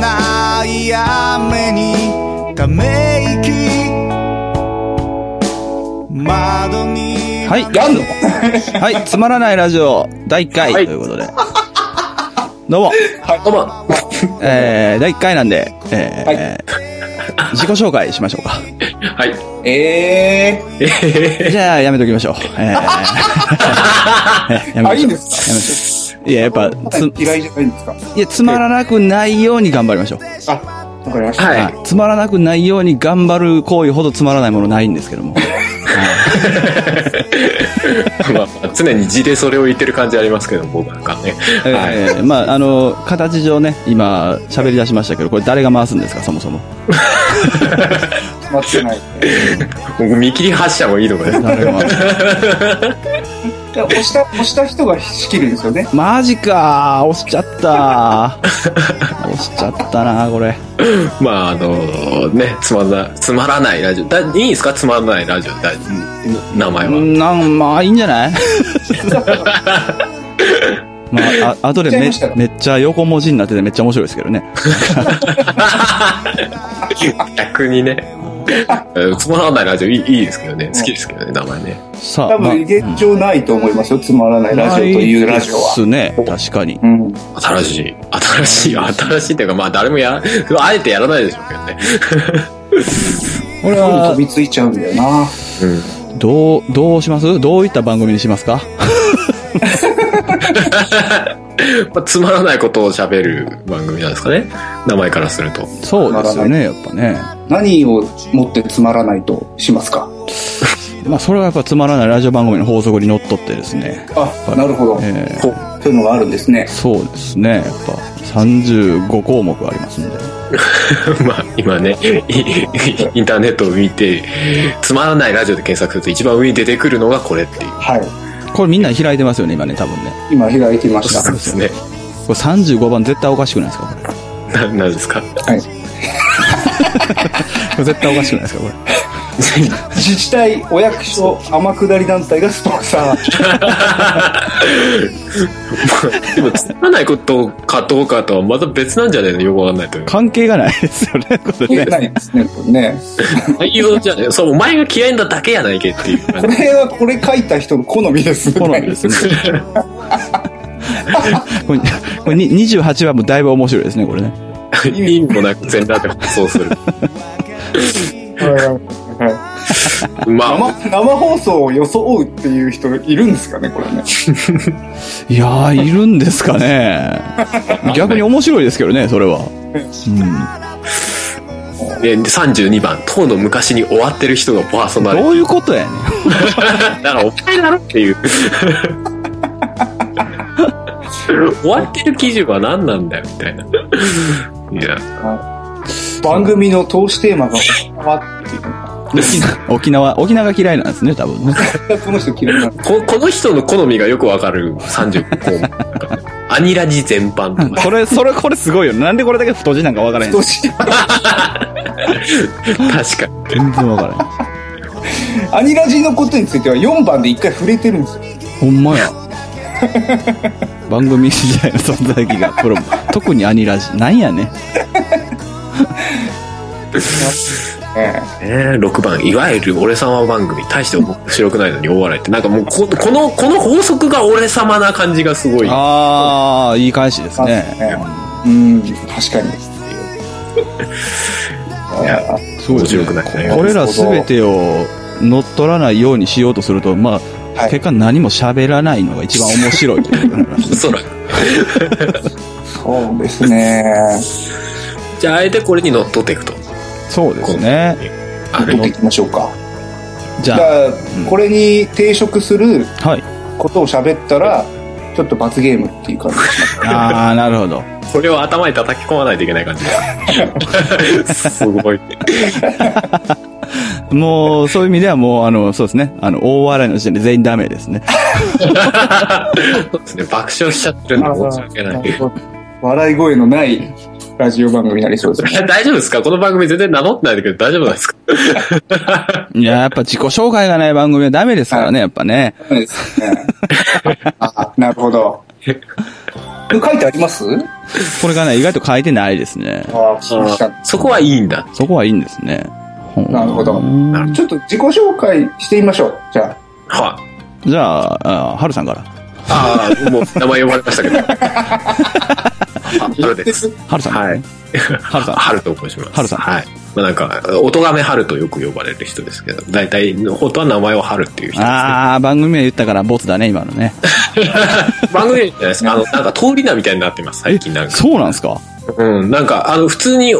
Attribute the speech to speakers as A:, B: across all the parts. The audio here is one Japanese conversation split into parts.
A: ない雨にため息窓に
B: はい
C: やんの
B: はい、つまらないラジオ第1回ということで。どうも、
C: はい、どうも。
B: えー、第1回なんで、えー
C: はい
B: 自己紹介しましょうか。
C: はい。
D: え
B: じゃあ、やめときましょう。 えーやめましょう
D: あいいん
B: やめ
D: で
B: ましょういや、やっぱ、
D: ー、
B: つ、
D: 嫌いじゃないんですか
B: いや、つまらなくないように頑張りましょう。
D: あ、わかりました。
C: はい
B: はいつまらなくないように頑張る行為ほどつまらないものないんですけども。
C: まあまあ、常に字でそれを言ってる感じありますけど、僕なんかね。はい。
B: えーまあ、あの、形上ね、今、喋り出しましたけど、これ誰が回すんですか、そもそも。
D: 決まってない。
C: 僕、見切り発車もいいのかね。
B: 誰が回す
D: で押した、押した人が仕切るんですよね。
B: マジかー押しちゃったー押しちゃったなーこれ。
C: まあ、あのね、つまんな、つまらないラジオ。だいいんですかつまらないラジオ。だ名前 は。
B: なん、まあいいんじゃないまあ、あ後でめ
D: 言っちゃいましたよ
B: めっちゃ横文字になっててめっちゃ面白いですけどね。
C: 逆にね。 つまらないラジオいいいいですけどね。好きですけどね、名前ね。
B: さ
D: 多
B: あ、まあ、
D: 分、現状ないと思いますよ。つまらないラジオというラジオ
B: で
D: は。
B: すね、確かに。
D: うん。
C: 新しい。新しい。新しいっていうか、まあ、誰もや、あえてやらないでしょうけどね。
B: これ
D: 飛
B: は、
D: びついちゃうんだよな。
C: うん。
B: どう、どうしますどういった番組にしますか
C: まあ、つまらないことを喋る番組なんですかね。名前からすると。
B: そうですよね、やっぱね。
D: 何をもってつまらないとしますか
B: まあ、それはやっぱつまらないラジオ番組の法則にのっとってですね。
D: あ、なるほど。
B: えー
C: こう
D: そういうのがあるんですね。
B: そうですね、やっぱ35項目ありますんで。
C: まあ、今ね、いインターネットを見て、つまらないラジオで検索すると一番上に出てくるのがこれっていう。
D: は
B: これみんな開いてますよね、今ね、多分ね。
D: い。今開いてみまし
C: そ
D: た
C: う。ですね。
B: これ35番絶対おかしくないですかこれ。
C: な、なんですか
D: はい。
B: これ絶対おかしくないですかこれ。
D: 自治体、お役所、天下り団体がスポンサー。
C: でも、つまらないことかどうかとはまた別なんじゃないのよくわかんないというか。
B: 関係がないですよね、これね。
D: ないですね、これね。
C: 内容じゃねそう、お前が嫌いなだけやないけっていう
D: こ
C: 感じ。
D: れは、これ書いた人の好みですね。
B: 好み ですね。これ、これに28番もだいぶ面白いですね、これね。
C: 意味もなく全裸で放送 する。
D: はいはいはい
C: まあ、
D: 生生放送を装うっていう人いるんですかね、これね。
B: いやー、いるんですかね。逆に面白いですけどね、それは。うん。
C: えー32番、とうの昔に終わってる人がパーソナリテ
B: どういうことやねん。
C: ィ。だからお前だろっていう。終わってる基準は何なんだよ、みたいな。いや、
D: 番組の投資テーマが変わっていうか。
B: 沖縄、沖縄が嫌いなんですね、多分ね。
D: この人嫌いなの。
C: ここの人の好みがよくわかる30項目なんかね。アニラジ全般とか、
B: それ、それ、これすごいよ。なんでこれだけ太字なんかわからへん。
D: 投資テー
C: 確かに。
B: 全然わからへん。
D: マアニラジのことについては4番で1回触れてるんですよ。
B: ほんまや。番組時代の存在意義がプロも、特にアニラジ、なんやね。
D: え
C: え6番、いわゆる俺様番組、大して面白くないのに大笑いって、なんかもうこ、この、この法則が俺様な感じがすごい。
B: あー、いい返しです
D: え
B: ね。
D: えうん、確かに。
B: すごいですね
C: 面白くない
B: これらすべてを乗っ取らないようにしようとすると、まあ、
D: はい
B: 結果何も喋らないのが一番面白いという。
C: おそらく。
D: そうですね。
C: じゃあ、あえてこれに乗っ取っていくと。
B: そうですね。
C: あれ
D: 取っていきましょうか。
B: じ
D: じ
B: ゃ
D: ゃあ、これに抵触する
B: あ、はい。
D: ことを喋ったら、ちょっと罰ゲームっていう感じ。
B: あー、なるほど。
C: これを頭に叩き込まないといけない感じだ。すごい。
B: もう、そういう意味ではもう、あの、そうですね。あの、大笑いの時点で全員ダメですね。
C: そうですね、爆笑しちゃってるんで申し訳ない。
D: 笑い声のないラジオ番組になりそうですね。
C: 大丈夫ですかこの番組全然名乗ってないんだけど大丈夫なんですか
B: いや、やっぱ自己紹介がない番組はダメですからね、やっぱね。
D: そうですね。あなるほど。書いてあります
B: これがね、意外と書いてないですね。
D: ああ、しました。
C: そこはいいんだ。
B: そこはいいんですね。ほう
D: なるほどちょっと自己紹介してみましょう。じゃ
C: はい。
B: じゃあ、あはるさんから。
C: ああ、もう名前呼ばれましたけど。あ 春です。
B: はるさん。
C: はい。
B: はる さん。
C: 春と申します。
B: 春さん
C: はい。まあなんか、おとがめ春とよく呼ばれる人ですけど、大体、本当は名前は春っていう人ですね。
B: ああ、番組名言ったからボツだね、今のね。
C: 番組じゃないですか。あの、なんか通り名みたいになってます、最近なんか。
B: そうなんですか
C: うん、なんか、あの、普通に、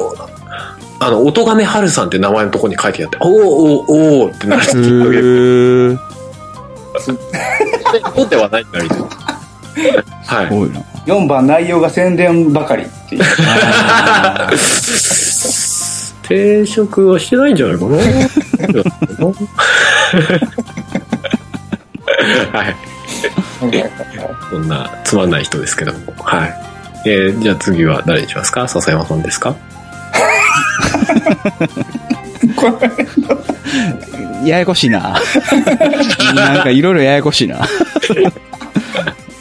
C: あの、おとがめ春さんって名前のとこに書いてあって、おおおーおーってなる
B: へ
C: 人で、
B: ー。
C: そうではないんだみたいな。はい。
B: 多いな。
D: あ、4番内容が宣伝ばかりっていう。
C: 定食はしてないんじゃないか なはい。そんなつまんない人ですけども。はい。えーじゃあ次は誰にしますか笹山さんですか
D: これ
B: ややこしい な。なんかいろいろややこし いな。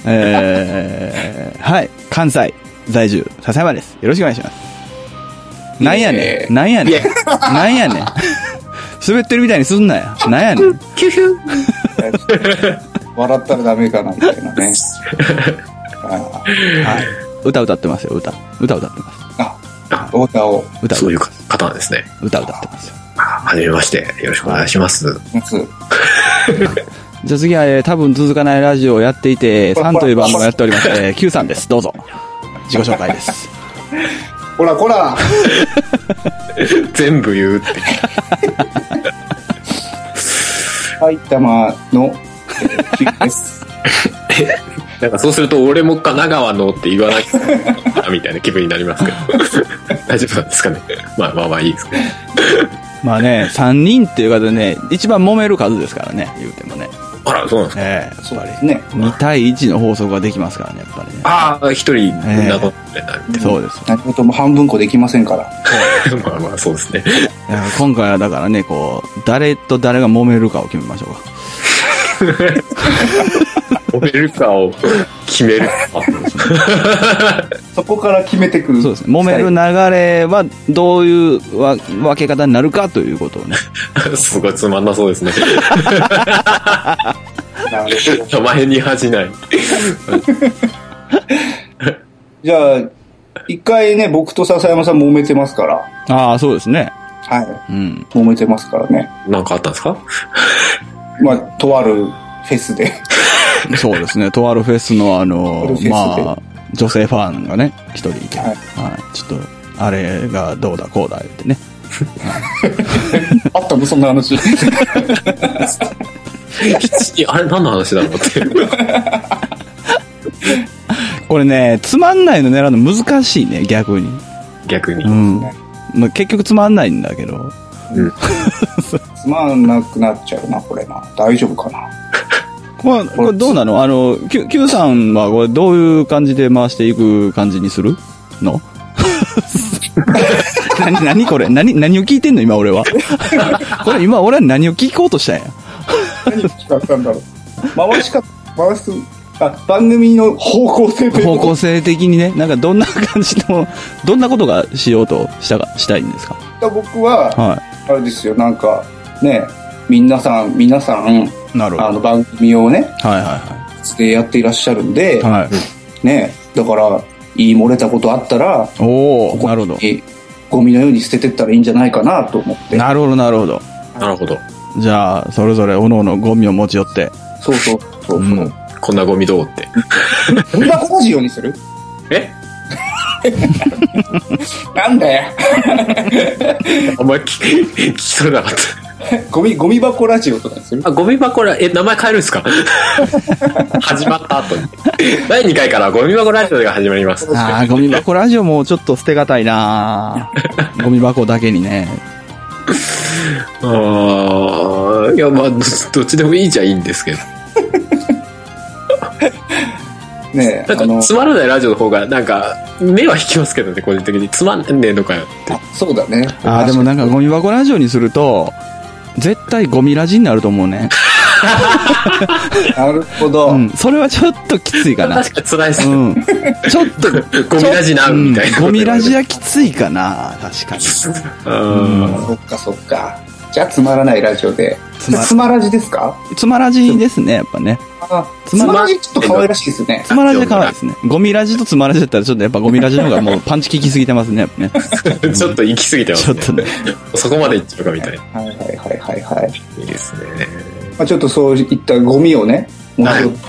B: えー、はい。関西在住、笹山です。よろしくお願いします。なんやねん。なんやねん。なんやねん。滑ってるみたいにすんなや。なんやねん。
C: キュヒュン
D: 笑ったらダメかなみたいなね。あ
B: はい。歌歌ってますよ、歌。歌歌ってます。
D: あ、オーダーを。
B: 歌
C: そう
B: 歌
C: いう方なんですね。
B: 歌歌ってますよ。
C: あはじめまして。よろしくお願いします。
D: まず
B: じゃあ次は、えー多分続かないラジオをやっていて、3という番組をやっております。えー、Q さんです。どうぞ。自己紹介です。
D: こらこら
C: 全部言うって。
D: 埼玉の、えー、キュウです。
C: なんかそうすると俺も神奈川のって言わなきゃみたいな気分になりますけど。 大丈夫なんですかね。まあまあまあいいですけど。
B: まあね、3人っていう方でね、一番揉める数ですからね、言うてもね。
C: あら、そうなんですか。
B: ええ
D: そうですね。
B: 2対1の法則ができますからね、やっぱりね。
C: ああ、一人などっ てなるみたいな
B: そうです。
D: 何事も半分こできませんから。
C: まあまあ、そうですね。
B: いや今回はだからね、こう、誰と誰が揉めるかを決めましょうか。
C: 褒めるかを決めるか。
D: そこから決めてくる。
B: そうですね。揉める流れはどういうわ分け方になるかということをね。
C: すごいつまんなそうですね。
D: なるほど
C: 名前に恥じない。
D: じゃあ、一回ね、僕と笹山さん揉めてますから。
B: ああ、そうですね。
D: は
B: うん。
D: い。揉めてますからね。
C: なんかあったんで すか
D: まあ、とあるフェスで。
B: そうですね。とあるフェスのあ
D: とある
B: の
D: フェス、で
B: まあ、女性ファンがね、一人いて、は
D: はい
B: い、ちょっと、あれがどうだこうだ言ってね。
D: あったのそんな話。
C: あれ何の話だろうって。
B: これね、つまんないの狙うの難しいね、逆に。
C: 逆に
B: う。ん。まあ、結局つまんないんだけど。
D: つまんなくなっちゃうな、これな。大丈夫かな。
B: まあ、これどうなのあの、Q, Q さんはこれどういう感じで回していく感じにする の何、何これ何、何を聞いてんの今俺は。 これ今俺は何を聞こうとしたんや。
D: 何を使ったんだろう。回しか、回す、あ、番組の方向性という
B: 方
D: こと
B: 向性的にね、なんかどんな感じの、どんなことがしようとしたか、したいんですか
D: 僕は、
B: は
D: あれですよ、なんか、ね、皆さん、皆さん、
B: い。なる
D: あ
B: はい
D: の番組をね、
B: はいは
D: でやっていらっしゃるんで、
B: い。はい。
D: ね、だから、言い漏れたことあったら、
B: お
D: こ
B: お
D: こ
B: なるほど。
D: にゴミのように捨ててったらいいんじゃないかなと思って。
B: なるほど、なるほど。
C: なるほど。
B: じゃあ、それぞれ各々ゴミを持ち寄って。
D: そうそうそう。
B: うん
C: こんなゴミどうって。
D: こんな工事ようにする
C: え
D: なんだよ。
C: あんまり聞聞き取れなかった。
D: ゴミ、ゴミ箱ラジオとかにする
C: あ、ゴミ箱ら、え、名前変えるんで すか始まった後に。第2回からゴミ箱ラジオが始まります。
B: ああ、ゴミ箱ラジオもちょっと捨てがたい なゴミ箱だけにね。
C: ああ、いや、まあ、どどっちでもいいじゃいいんですけど。
D: ね
C: なん
D: あの
C: か、、つまらないラジオの方が、なんか、目は引きますけどね、個人的に。つまんねえのかよって。
D: そうだね。
B: ああ、でもな
D: ね。
B: んかゴミ箱ラジオにすると、絶対ゴミラジになると思うね。
D: なるほど。
B: うん。それはちょっときついかな。
C: 確かに辛いっす
B: う
C: ね。
B: ん。ちょっと、
C: ゴミラジな、みたいな。
B: うんゴミラジはきついかな。確かに。
C: うん。
D: そっかそっか。じゃあ、つまらないラジオで。
B: つま
D: つまらじですか
B: つまらじですね、やっぱね。
D: あ
B: つ
D: つ
B: ま
D: ま
B: ら
D: らじちょっと可愛らしいですよね
B: つ。まらじで可愛いですね。ゴミラジとつまらじだったら、ちょっとやっぱゴミラジの方が もうパンチ効きすぎてますね、やっぱね。
C: ちょっと行き過ぎてま
B: ちょ
C: す
B: っと
C: ね。
B: ね。
C: そこまで行っちゃうかみたいな。
D: はいはいはいはいはい。
C: いいですね。
D: まあ、ちょっとそういったゴミをね、もう
C: はい
D: ちょっと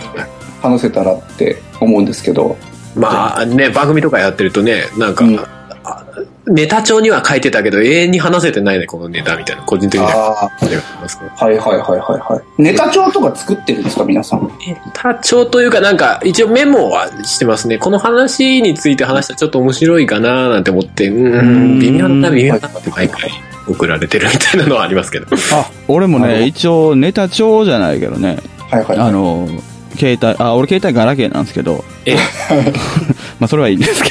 D: 話せたらって思うんですけど。
C: まあね、番組とかやってるとね、なんか
D: うん、
C: あネタ帳には書いてたけど、永遠に話せてないね、このネタみたいな、個人的な感
D: あ
C: じがありますけど。
D: あ、はいはいはいはいはい。ネタ帳とか作ってるんですか、皆さん。
C: ネタ帳というか、なんか、一応メモはしてますね。この話について話したらちょっと面白いかななんて思って、う
B: うん
C: ん、微妙だな、微妙だなって毎回送られてるみたいなのはありますけど。
B: あ、俺も
D: なるほ
B: ね、
D: ど
B: 一応ネタ帳じゃないけどね。
D: はいはい。
B: あの、携帯、あ、俺携帯ガラケーなんですけど、
C: ええ
B: まあそれはいいんですけ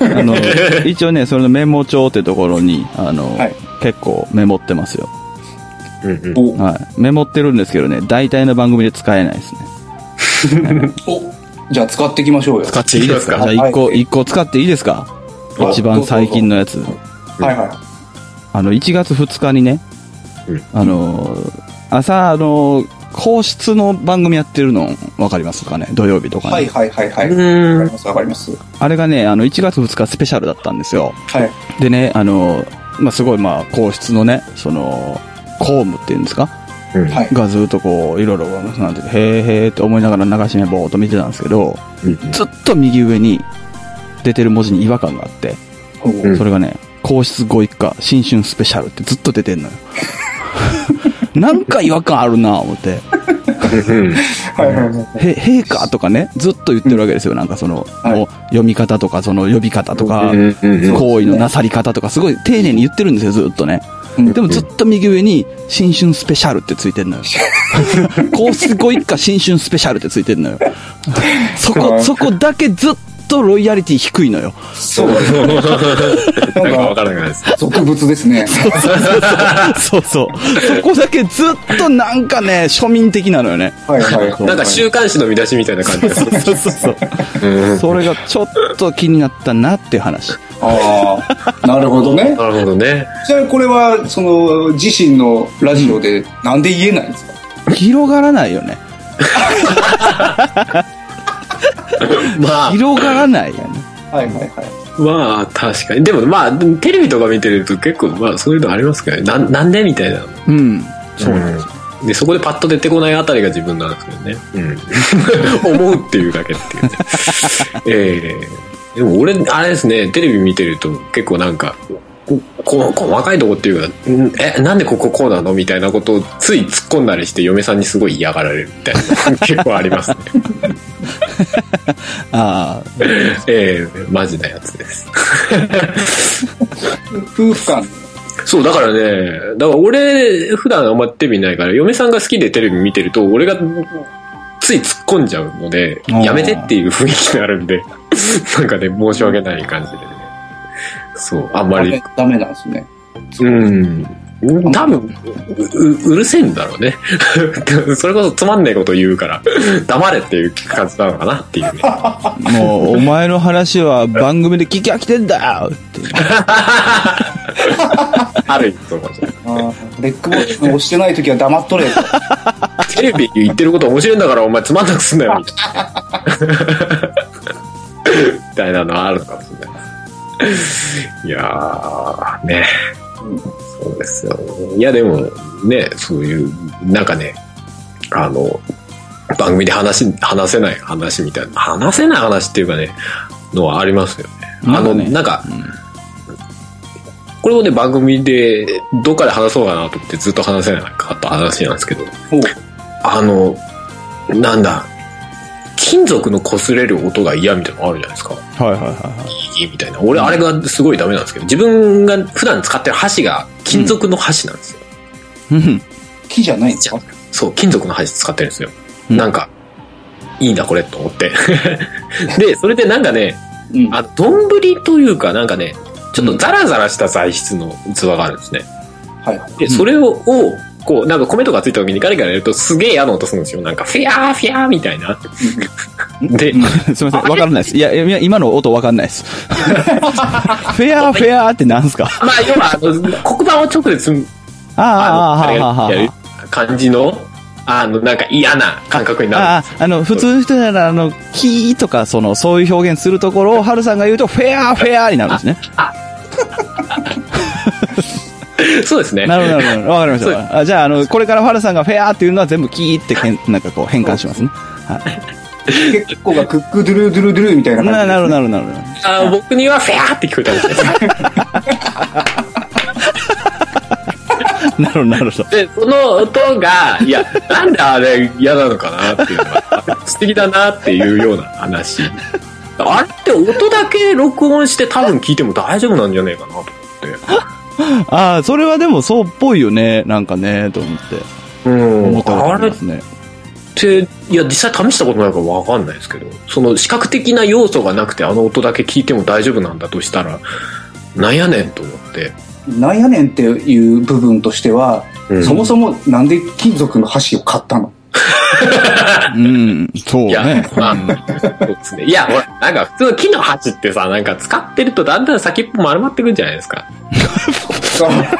B: ど、 あの、一応ね、それのメモ帳ってところに、あの、
D: はい
B: 結構メモってますよ。
C: うんうん
D: お、
B: はい。メモってるんですけどね、大体の番組で使えないですね。
D: お、じゃあ使っていきましょうよ。
C: 使っていいです
B: じ
C: か
B: ゃあ
D: はい
B: 一個、一個使っていいですか
D: お
B: 一番最近のやつ。
D: はいはい。
B: あの、1月2日にね
C: うん、
B: あの、朝、あの、皇室の番組やってるの分かりますかね土曜日とかね。
D: はいはいはいは
C: う
D: い。わか
C: ー
D: り
C: ん。
D: ますわかります。
B: あれがね、あの、1月2日スペシャルだったんですよ。
D: はい。
B: でね、あの、まあ、すごい、まあ、皇室のね、その、公務っていうんですか
C: うん
D: はい。
B: がずっとこう、いろいろ、なんていうかへーへーって思いながら流し目ぼーっと見てたんですけど、
C: うん
B: ずっと右上に出てる文字に違和感があって、
D: お
C: うん
B: それがね、皇室ご一家、新春スペシャルってずっと出てんのよ。 なんか違和感あるなぁ思って、
C: うん
D: はいはいはい。
B: へ、陛下とかね、ずっと言ってるわけですよ。なんかその、
D: はい
B: もう読み方とか、その呼び方とか、
C: うんうんうん
B: 行為のなさり方とか、すごい丁寧に言ってるんですよ、ずっとね。
D: うん
B: でもずっと右上に、新春スペシャルってついてんのよ。 皇室ご一家新春スペシャルってついてんのよ。そ こ、そこだけずっとロイヤリティ低いのよ。
D: そう。
C: なんかわからないです。
D: 俗物ですね。
B: そうそう。そこだけずっとなんかね、庶民的なのよね。
D: はいはいはい。
C: なんか週刊誌の見出しみたいな感じです。
B: そうそうそう。
C: うん
B: それがちょっと気になったなっていう話。
D: ああ、なるほどね。
C: なるほどね。
D: じゃあこれは、その、自身のラジオで、なんで言えないんですか
B: 広がらないよね。
C: まあ、
B: 広がらないよね。
D: はいはいはい。
C: まあ、確かに。でも、まあ、テレビとか見てると結構、まあ、そういうのありますけどね。なんなんでみたいな。
B: うん。
C: そうなんですで、そこでパッと出てこないあたりが自分なんですけどね。うん。思うっていうだけっていう ね。ええでも俺、あれですね、テレビ見てると結構なんか、ここ細かいとこっていうか、んえ、なんでこここうなのみたいなことをつい突っ込んだりして嫁さんにすごい嫌がられるみたいな結構あり ますね。
B: ああ、
C: ええマジなやつです。
D: 夫婦間。
C: そう、だからね、だから俺、普段あんまテレビ見ないから、嫁さんが好きでテレビ見てると、俺がつい突っ込んじゃうので、
B: あー
C: やめてっていう雰囲気になるんで、 なんかね、申し訳ない感じでね。そう、あんま
D: ダ
C: り
D: メ。ダメなんですね。
C: うん。多分う、うるせえんだろうね。 それこそつまんねえこと言うから、黙れっていう感じなのかなっていう ね。
B: もう、お前の話は番組で聞き飽きてんだよって。
C: ある意味そうかもしれない。
D: あーレックボール押してない時は黙っとれと。
C: テレビ言ってること面白いんだからお前つまんなくすんなよみたいなみたいなのあるのかもしれないい やーねそうですよいやでもねそういうなんかねあの番組で話し話せない話みたいな話せない話っていうかねのはありますよねあ
B: な
C: の
B: んかね
C: なんか、これもね番組でどっかで話そうかなと思ってずっと話せなかった話なんですけど
D: お
C: あの、なんだ、金属の擦れる音が嫌みたいなのあるじゃないですか。
B: はいはいはいはい。
C: ギーギーみたいな。俺、あれがすごいダメなんですけど、自分が普段使ってる箸が金属の箸なんですよ。
B: うん。
D: 木じゃないんですか
C: そう、金属の箸使ってるんですよ。
B: うん
C: なんか、いいな、これ、と思って。で、それでなんかね、
D: うん。
C: あ、丼というか、なんかね、ちょっとザラザラした材質の器があるんですね。
D: はいはい。
C: で、
B: ん
C: それを、をこう、なんか米とかついた時にガリガリやるとすげえ嫌な音するんですよ。なんか、フィアー、フィアーみたいな。で、
B: すみません、わからないです。いや、いや今の音わかん ないです。フェアー、フェアーってなんすか
C: まあ、要は、あの、黒板を直接、
B: ああ、あ
C: あ
B: あ、あ
C: の、
B: あ
C: や、る感じの、あの、なんか嫌な感覚にな
B: あ
C: る。
B: あ、あの、普通の人なら、あの、キーとか、その、そういう表現するところを、ハルさんが言うと、フェアー、フェアーになるんですね。
C: そうですね。
B: なるほど、なるほど。わかりま
C: そう
B: した。あじゃあ、あの、これからハルさんがフェアーっていうのは全部キーって変、なんかこう変換しますね。
D: 結構がクックドゥルードゥルードゥルーみたいな感じで
B: な
D: す、ね。
B: なるほど、なるほど、なるほど。
C: あー僕にはフィアーって聞こえたんですね。
B: なるほど、なるほど。
C: で、その音が、いや、なんであれ嫌なのかなっていうのが、素敵だなっていうような話。あれって音だけ録音して多分聞いても大丈夫なんじゃねえかなと思って。
B: ああ、それはでもそうっぽいよね、なんかね、と思って。
C: うん
B: 思ったことあ
C: あ
B: りま
C: れ
B: すね。
C: って、いや、実際試したことないからわかんないですけど、その視覚的な要素がなくてあの音だけ聞いても大丈夫なんだとしたら、なんやねんと思って。
D: なんやねんっていう部分としては、
C: うん
D: そもそもなんで金属の箸を買ったの
B: うん、そう
C: いや、
B: ね。
C: まあ、そうですね。いや、ほら、なんか普通の木の鉢ってさ、なんか使ってるとだんだん先っぽ丸まってくんじゃないですか。
D: そんなに丸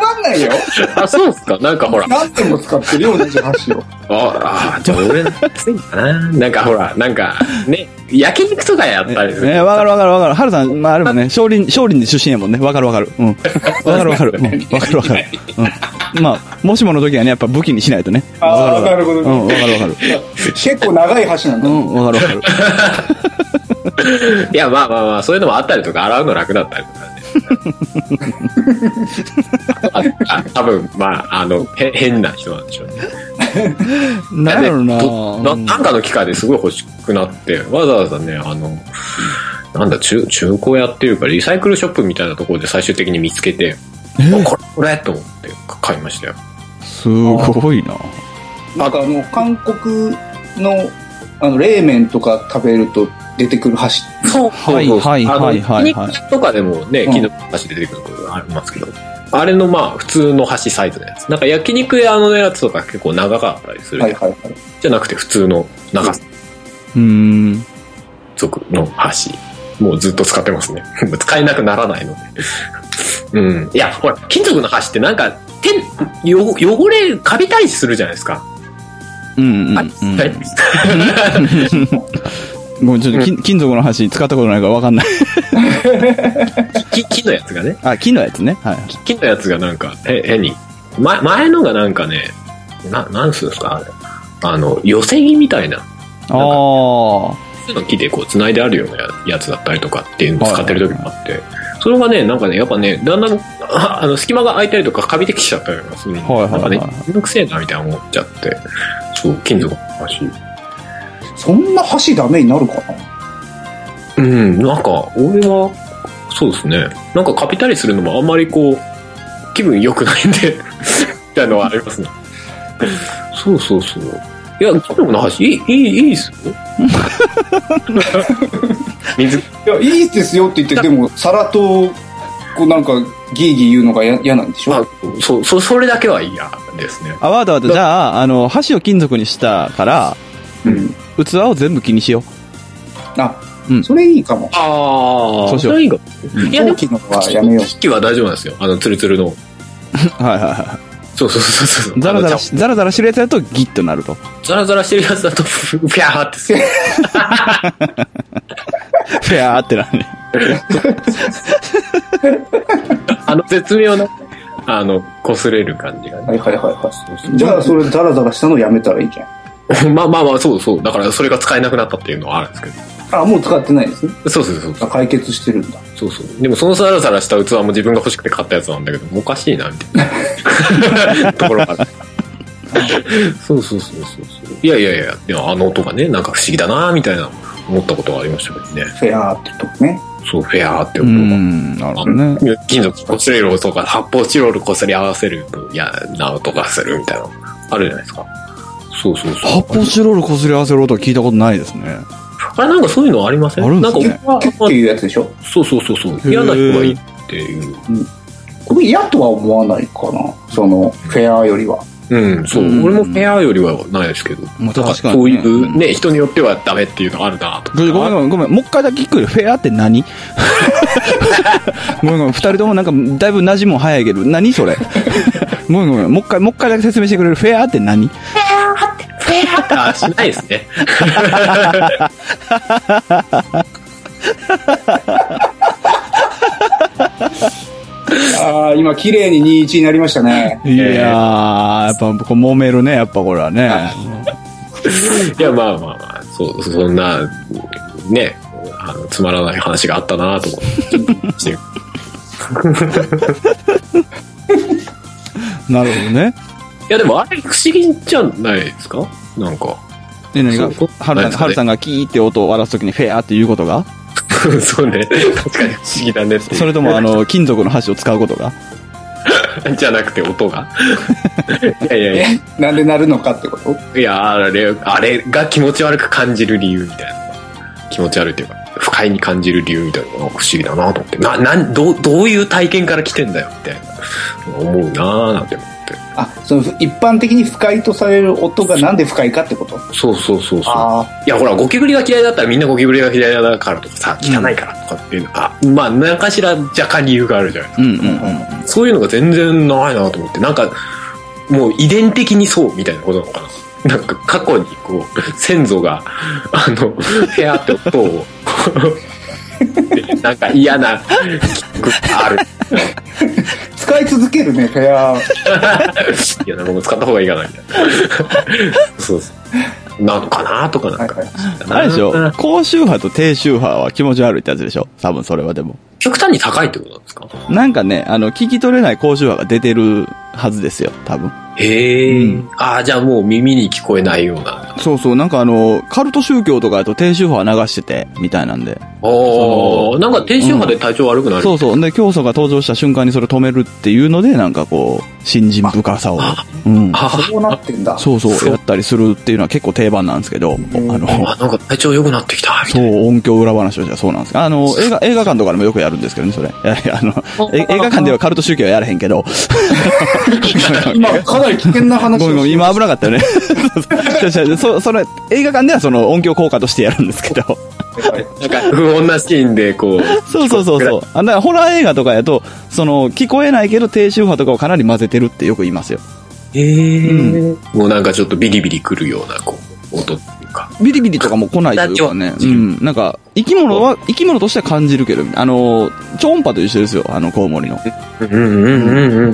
D: まんないよ。
C: あ、そうっすかなんかほら、
D: 何でも使ってるよ、同じ箸を。
C: ああ、じゃあ俺のついかな。なんかほら、なんか、ね、焼肉とかやったりする。
B: ね、わかるわかるわかる。ハルさん、まあ、あれもね、少林、少林寺出身やもんね。わかるわかる。 うん。わかるわかる。うん。わかるわかる。うん。まあ、もしもの時はね、やっぱ武器にしないとね。
D: ああ、なるほ
B: う
D: ど、
B: ん、わかるわかる。
D: 結構長い箸なん
B: う
D: だ。
B: ん、わかるわかる。
C: いや、まあまあまあ、そういうのもあったりとか、洗うの楽だったりと かね。ああ多分まあ、あの、へ変な人なんでしょうね。
B: なんやろ
C: いや
B: う
C: ど
B: な
C: ななんかの機会ですごい欲しくなって、わざわざね、あの、なんだ、中、中古屋っていうか、リサイクルショップみたいなところで最終的に見つけて、あこれ、これと思って買いましたよ。
B: すごいな。
D: なんかあの、韓国の、あの、冷麺とか食べると出てくる箸。
C: そう
B: はい
C: そうそう
B: はい
C: あの
B: はいはいはい
C: 肉とかでもね、
D: うん
C: 木の箸で出てくることがありますけど、あれのまあ、普通の箸サイズのやつ。なんか焼肉屋のやつとか結構長かったりする、
D: はいはいはい。
C: じゃなくて普通の長さ
B: うーん。
C: 族の箸。もうずっと使ってますね。 使えなくならな いので。うん。いや、ほら、金属の箸ってなんか、手、よ、汚れ、カビたりするじゃないですか。
B: うん、うん。う
C: あれ
B: ん
C: はい
B: ごめん、ちょっと金金属の箸使ったことないからわかんない。
C: 木木のやつがね。
B: あ、金のやつね。はい。
C: 木のやつがなんか、へ、変に。前、前のがなんかね、な、なんすんですかあれ。あの、寄せ木みたいな。
B: ああ。
C: 木でこう繋いであるようなやつだったりとかっていうのを使ってる時もあって、それがね、なんかね、やっぱね、だんだ ん、ああの、隙間が空いたりとか、カビてきちゃったりとかするので
B: はいはい
C: な
B: は
C: ん
B: い
C: かね、めんどくせえなみたいな思っちゃって、そう、金属の話。
D: そんな箸ダメになるかな
C: うん、なんか、俺は、そうですね、なんかカビたりするのもあんまりこう、気分良くないんで、みたいなのはありますね。そうそうそう。いや、金属の話、いい、いい、いいっす よ。水
D: いや、いいですよって言って、でも、皿と、こうなんか、ギーギー言うのがや嫌なんでしょ
C: まあ、そう、そ、それだけは嫌ですね。
B: あ、わかったわかった。じゃあ、あの、箸を金属にしたから、
D: うん。
B: 器を全部木にしよ
D: あ、
B: うん
D: それいいかも。
C: ああ、
B: そうしよう
C: れいいか
B: う。ん
C: いや、で
D: 大
C: も、
D: きいのはやめよう。
C: 機器は大丈夫なんですよ。あの、ツルツルの。
B: う。はいはいは
C: そうそうそうそう。
B: い。ザラザラ
C: あ
B: し、ザラザラしてるやつだとギッとなる と。
C: のザラザラしてるやつだと、 ふふゃーってする。
B: フェアーってなるね。
C: あの、絶妙な、あの、擦れる感じがね。
D: はいはいはいはい。じゃあ、それザラザラしたのやめたらいいじゃん。
C: まあまあまあ、そうそう。だから、それが使えなくなったっていうのはあるんですけ
D: あ、もう使ってないですね。
C: ど。そうそうそうそ
D: あ
C: う。
D: 解決してるんだ。
C: そうそう。でも、そのザラザラした器も自分が欲しくて買ったやつなんだけど、おかしいな、みたいな。 ところから。そうそうそうそうそう。いやいやいや、でもあの音がね、なんか不思議だな、みたいな思ったことがありましたけどね。
D: フェアーってとこね。
C: そう、フェアーって
B: う
C: 音が。
B: ん、なるほどね。
C: 金属こすれる音が発泡スチロールこすり合わせると嫌な音がするみたいなのあるじゃないですか。そうそうそう。
B: 発泡スチロール擦り合わせる音は聞いたことないですね。
C: あれなんかそういうのありません
B: あるん
C: な
B: で
C: ん
B: す
C: か
B: ね
C: 僕は
D: キュッキュッっていうやつでしょ
C: そうそうそうそう。嫌な人がいいっていう。
D: これ嫌とは思わないかな。その、フェアよりは。
C: うん、そう、
B: うん
C: 俺もフェアよりはないですけど、
B: まあ
C: だから
B: 確か
C: そ
B: に
C: う
B: ね
C: いうね、人によってはダメっていうのあるなと
B: ごめんごめんごめん、もう一回だけ聞くよ。フェアって何ごめんごめん、二人ともなんか、だいぶ馴染も早いけど、何そ れごめんごめん、もう一回、もう一回だけ説明してくれる。フェアって何
C: あしないです ね。
D: ああ、今、綺麗に21になりましたね。
B: いやー、やっぱ、こう揉めるね、やっぱこれはね。
C: いや、まあまあまあ、そう、そんな、ね、あのつまらない話があったなと思ってちょっとして、
B: なるほどね。
C: いや、でもあれ不思議じゃないですかなんか。
B: で、何が
C: そう、
B: はるさん、
C: 何ですかね
B: はるさんがキーって音を荒らすときにフェアっていうことが
C: そうね。確かに不思議だねっていう
B: それとも、あの、金属の箸を使うことが
C: じゃなくて 音が。いやいやいや。
D: えなんでなるのかってこと
C: いや、あれ、あれが気持ち悪く感じる理由みたいな。気持ち悪いっていうか、不快に感じる理由みたいなのが不思議だなと思って。な、なん、どう、どういう体験から来てんだよ、みたいな。思うなぁなんて思って。
D: あ、その、一般的に不快とされる音がなんで不快かってこと
C: そうそうそうそう。
D: ああ、
C: いや、ほら、ゴキブリが嫌いだったらみんなゴキブリが嫌いだからとかさ、汚いからとかっていうのが、まあ、何かしら若干理由があるじゃない
B: うんうんうん。
C: そういうのが全然ないなと思って、なんか、もう遺伝的にそうみたいなことなのかな。なんか過去にこう、先祖が、あの、部屋って音を、こう でなんか嫌な、ある。
D: 使い続けるね、フェア。
C: いや、なんかもう使った方がいいかな、みたいな。そうそう。なのかなとかなんか。
B: あれでしょ
C: うん
B: 高周波と低周波は気持ち悪いってやつでしょ多分それはでも。
C: 極端に高いってことなんですか
B: なんかね、あの、聞き取れない高周波が出てるはずですよ、多分。
C: へ
B: う
C: え、
B: ん
C: ああ、じゃあもう耳に聞こえないような。
B: そうそう、なんかあの、カルト宗教とかだと低周波は流してて、みたいなんで。
C: お
B: そ
C: お、なんか低周波で体調悪くなる。
B: そうそう。で、教祖が登場した瞬間にそれ止めるっていうので、なんかこう、新人深さを。うん。
C: あ
D: そうなってんだ。
B: そうそう、
C: そう
B: やったりするっていうのは結構定番なんですけど、あの、
C: あ、なんか体調良くなってきた、みた
B: そ
C: いな。
B: う、音響裏話をじゃそうなんですあの、映画、映画館とかでもよくやるんですけどね、そ れ。いやいやあの、え映画館ではカルト宗教はやれへんけど。
D: 今、かなり危険な話
B: ごめんご
D: を
B: めん、
D: し
B: 今危なかったよね。 そうそう違う違うそそれ、映画館ではその音響効果としてやるんですけど。
C: なんか不穏なシーンでこう。
B: そうそうそうそう。あだからホラー映画とかやと、その、聞こえないけど低周波とかをかなり混ぜてるってよく言いますよ。
C: えもうなんかちょっとビリビリくるようなこう音っていうか。
B: ビリビリとかも来ないというかね。うん。なんか、生き物は、生き物としては感じるけど、あの、超音波と一緒ですよ、あの、コウモリの。
C: うんうんうんう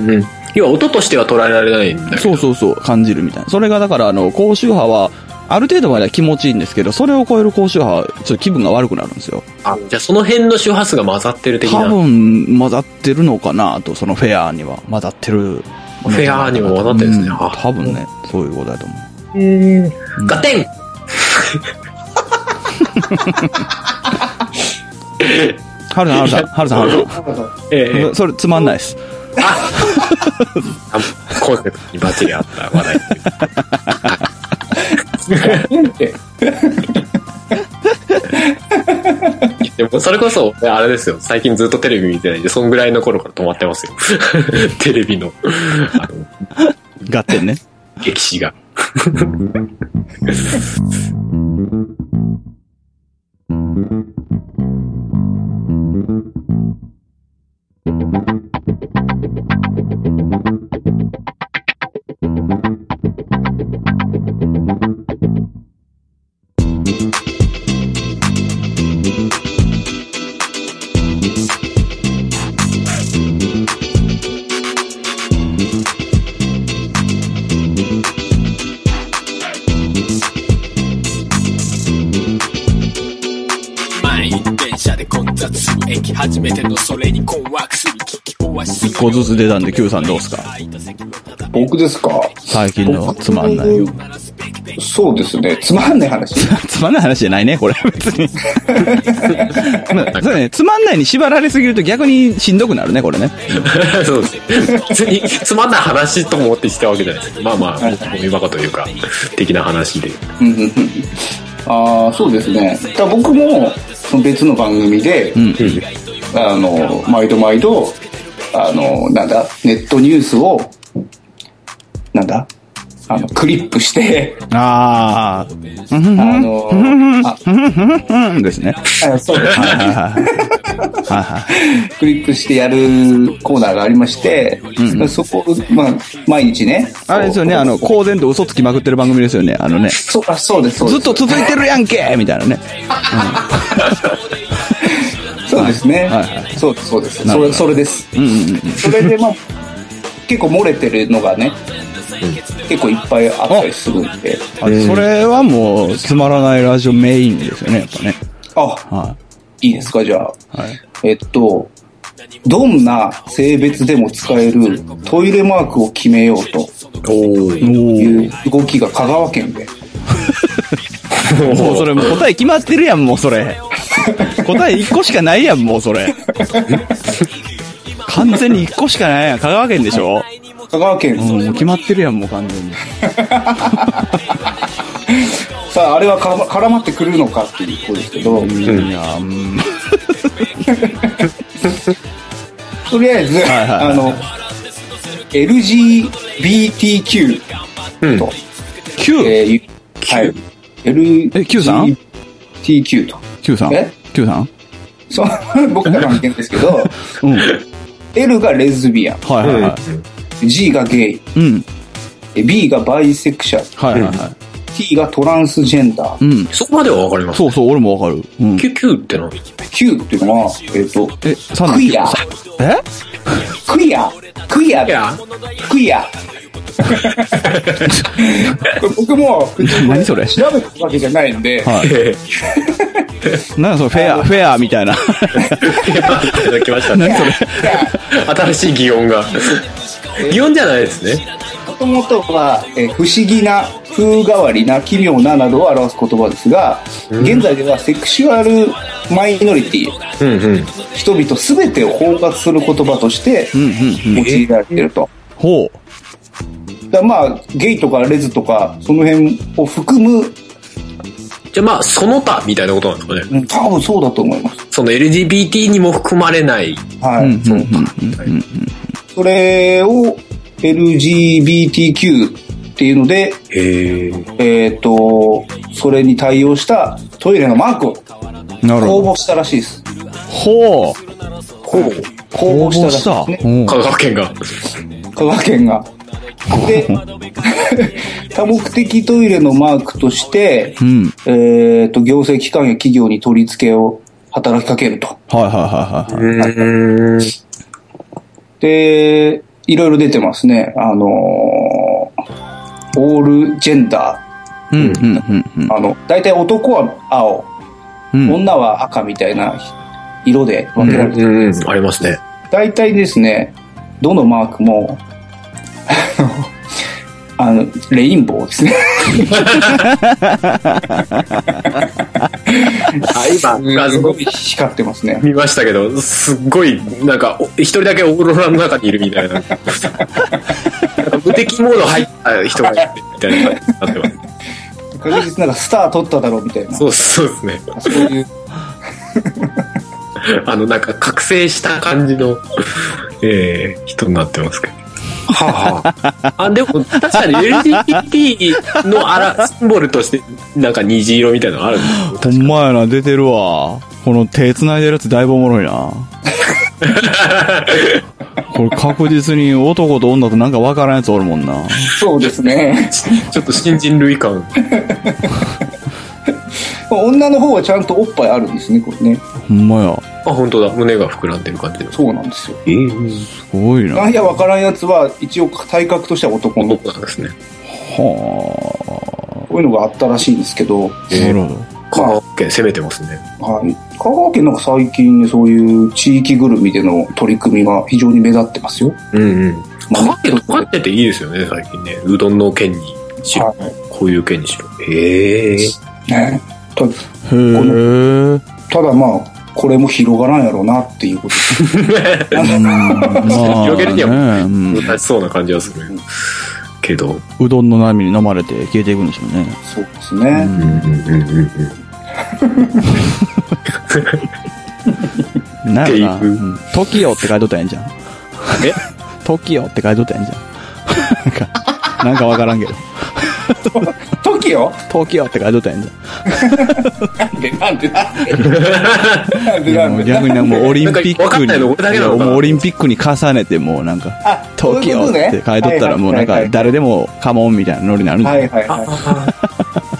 C: んうん。要は音としては捉えられないんだけど。
B: そうそうそう、感じるみたいな。それがだから、あの、高周波は、ある程度までは気持ちいいんですけど、それを超える高周波は、ちょっと気分が悪くなるんですよ。
C: あじゃあその辺の周波数が混ざってる的
B: 多
C: な。
B: 分、混ざってるのかなと、そのフェアには。混ざってる。
C: フェアにも混ざってるんですね
B: う
C: あ
B: 多分ね、そういうことだと思う。
C: ガテン
B: はるさん、はるさん、はるさん、はるさ
C: ええ
B: ん。それ、つまんないです。
C: あコンセプトにバッチリあった話題っていうか。
D: て。
C: でもそれこそ、あれですよ。最近ずっとテレビ見てないんで、そんぐらいの頃から止まってますよ。テレビの、あの、
B: 合点ね。
C: 歴史が。
E: 満員電車で混雑する駅初めてのそれに困惑する聞き壊し
B: 一個ずつ出たんで Q さんどうすか
D: 僕ですか
B: 最近のつまんないよ。
D: そうですね。つまんない話。
B: つまんない話じゃないね、これ。別 に。そうね、つまんないに縛られすぎると逆にしんどくなるね、これね。
C: そうですね。別につまんない話と思ってしたわけじゃないです。まあまあ、ゴミ箱というか、的な話で。
D: うんうんうんああ、そうですね。だから僕も、その別の番組で、
B: ん
D: あの、毎度毎度、あの、なんだ、ネットニュースを、なんだ、あの、クリップして、
B: ああ。うん、
D: あの、あ
B: うん、うんですね。
D: あ、そうです
B: はいはいはい。はいはい。
D: クリップしてやるコーナーがありまして、そこ、まあ、毎日ね。
B: あれですよね、あの、公然と嘘つきまくってる番組ですよね、あのね。
D: そう、あ、そうです、そう
B: ず
D: で
B: っ
D: す。
B: と続いてるやんけみたいなね。
D: そうですね
B: はいは。
D: そうです、そうです。
B: なる
D: そ
B: ほ
D: れ、
B: ど
D: それです。
B: うんうんうん。
D: それで、まあ、結構漏れてるのがね、結構いっぱいあったりするんで。
B: あそれはもう、つまらないラジオメインですよね、やっぱね。
D: あ、
B: はい
D: いですか、じゃあ。
B: い。はい。
D: えっと、どんな性別でも使えるトイレマークを決めようと
C: おー
D: いう動きが香川県で。
B: もうそれもう答え決まってるやん、もうそれ。答え1個しかないやん、もうそ れ。完全に1個しかないやん。香川県でしょ
D: 香川県、
B: うん、もう決まってるやん、もう完全に。
D: さあ、あれはか絡まってくるのかっていうことですけど、
B: いや、うん。
D: とりあえず、
B: はいはい
D: あの、LGBTQ
C: うん
D: と、
B: 9、
D: えーいうはい。
B: え Q さん
D: LGBTQ と。
B: 9さん
D: え
B: ?9 さん
D: そう、 僕ら関係ないです けど、
B: うん。はい
D: L がレズビア
B: はいは
D: ン、G がゲイ、
B: い。うん。
D: え B がバイセクシャル、
B: はいはいは
D: T がトランスジェンダー
B: い。、うん。
C: そこまではわかります。
B: そうそう、俺もわかる。うん。
C: キュキュってな。
D: Q っていうのは、えっ、と、
B: え、三男
D: クイア、
B: え
D: クイア、クイア、クイア。これ僕も、
B: 何それ
D: 調べたわけじゃないんで、
B: はい。なんかそのフェア、フェアみたいな。
C: いただきましたね。新しい擬音が。擬音じゃないですね。
D: もともとは、えー不思議な、風変わりな、奇妙ななどを表す言葉ですが、現在ではセクシュアルマイノリティ、
C: うんうん。
D: 人々すべてを包括する言葉として
B: うんうんう
D: 用
B: ん。
D: いられていると。
B: ほう。
D: だからまあ、ゲイとかレズとか、その辺を含む、
C: じゃあまあ、その他みたいなことなんですかね。
D: うん多分そうだと思います。
C: その LGBT にも含まれない。
D: はい。
B: うんうんうん。
D: それを LGBTQ っていうので、
C: へえ。
D: えっ、と、それに対応したトイレのマークを
B: なるほど。
D: 公募したらしいです。
B: ほう。
C: ほぼ、
D: 公募したらしい
B: 応募
D: です、
B: う
D: ね。
B: ん
C: 香川県が。
D: 香川県が。 で、多目的トイレのマークとして、
B: うん。
D: えっ、と、行政機関や企業に取り付けを働きかけると。
B: はいはいはいはい。
C: うん。
D: で、いろいろ出てますね。あのーオールジェンダー。
B: うんうんうんうん。
D: あの、大体男は青、
B: うん
D: 女は赤みたいな色で分けられて、
C: うんうん。ありますね。
D: 大体ですね、どのマークも、 あの、レインボーですね。
C: あ、今、
D: す
C: す
D: ご
C: ご
D: い
C: い
D: 光ってますね。
C: 見ましたけど、すっごい、なんか、お一人だけオーロラの中にいるみ たいな。なんか無敵モード入った人がいるみたいな感じになってま
D: 確実になんかスター取っただろうみたいな。
C: す。
D: そ
C: そうそうですね。
D: ういう、
C: あの、なんか、覚醒した感じの、えー、人になってますけど。はあ、あでも確かに LGBT のあらシンボルとしてなんか虹色みたいなのあるん
B: ほんまやな、出てるわ。この手繋いでるやつだいぶおもろい な。これ確実に男と女となんか分からんやつおるもんな。
D: そうですね。
C: ちょっと新人類感
D: 女の方はちゃんとおっぱいあるんですね、これね。
B: ほんまや。
C: あ本当だ胸が膨らんでる感じの
D: そうなんですよ。
C: えー、
B: すごいな。
D: な
B: は
D: んやわからんやつは、一応体格としては男の、
C: 男なんですね
B: あ。
D: こういうのがあったらしいんですけど、
B: なるほど。
C: 香川県攻めてますね
D: はい、香川県なんか最近ね、そういう地域ぐるみでの取り組みが非常に目立ってますよ。
C: うんうん
D: ま
C: 香
D: あ
C: 川県とかってていいですよね最近ねうどんの県にしろ、
D: は
C: こういう県にしろへえ
D: いね、た
B: へえ。
D: ただまあ、これも広がらんやろうなっていうこと
B: まあ
C: 広げるには
B: ねうん
C: 難しそうな感じはするけど
B: うどんの波に飲まれて消えていくんでしょうね。
D: そうですね。
C: うんうんうんうんうん
B: なんやろな。
C: っていう
B: うん TOKIO って書いとったらええんじゃん。
C: え
B: TOKIO って書いとったやんじ ゃん。なんか、なんかわからんけど。
D: トキオ
B: TOKIO って書いとったやんじゃ
D: なんでなんでなんでなんで
B: ん。いや
D: なん
B: もう
D: で
B: 逆になんかもうオリンピ
C: なんか
B: ック
C: 分かんないの
B: に
C: 俺だ、け
B: い
C: な
B: や
C: のか
B: も
C: な
B: うオリンピックに重ねてもうなんか、
D: あ、そういうこ
B: TOKIO
D: とね
B: って書いとったらもうなんか誰でもカモンみたいなノリになるんじゃ
D: は
B: ない
D: いはいは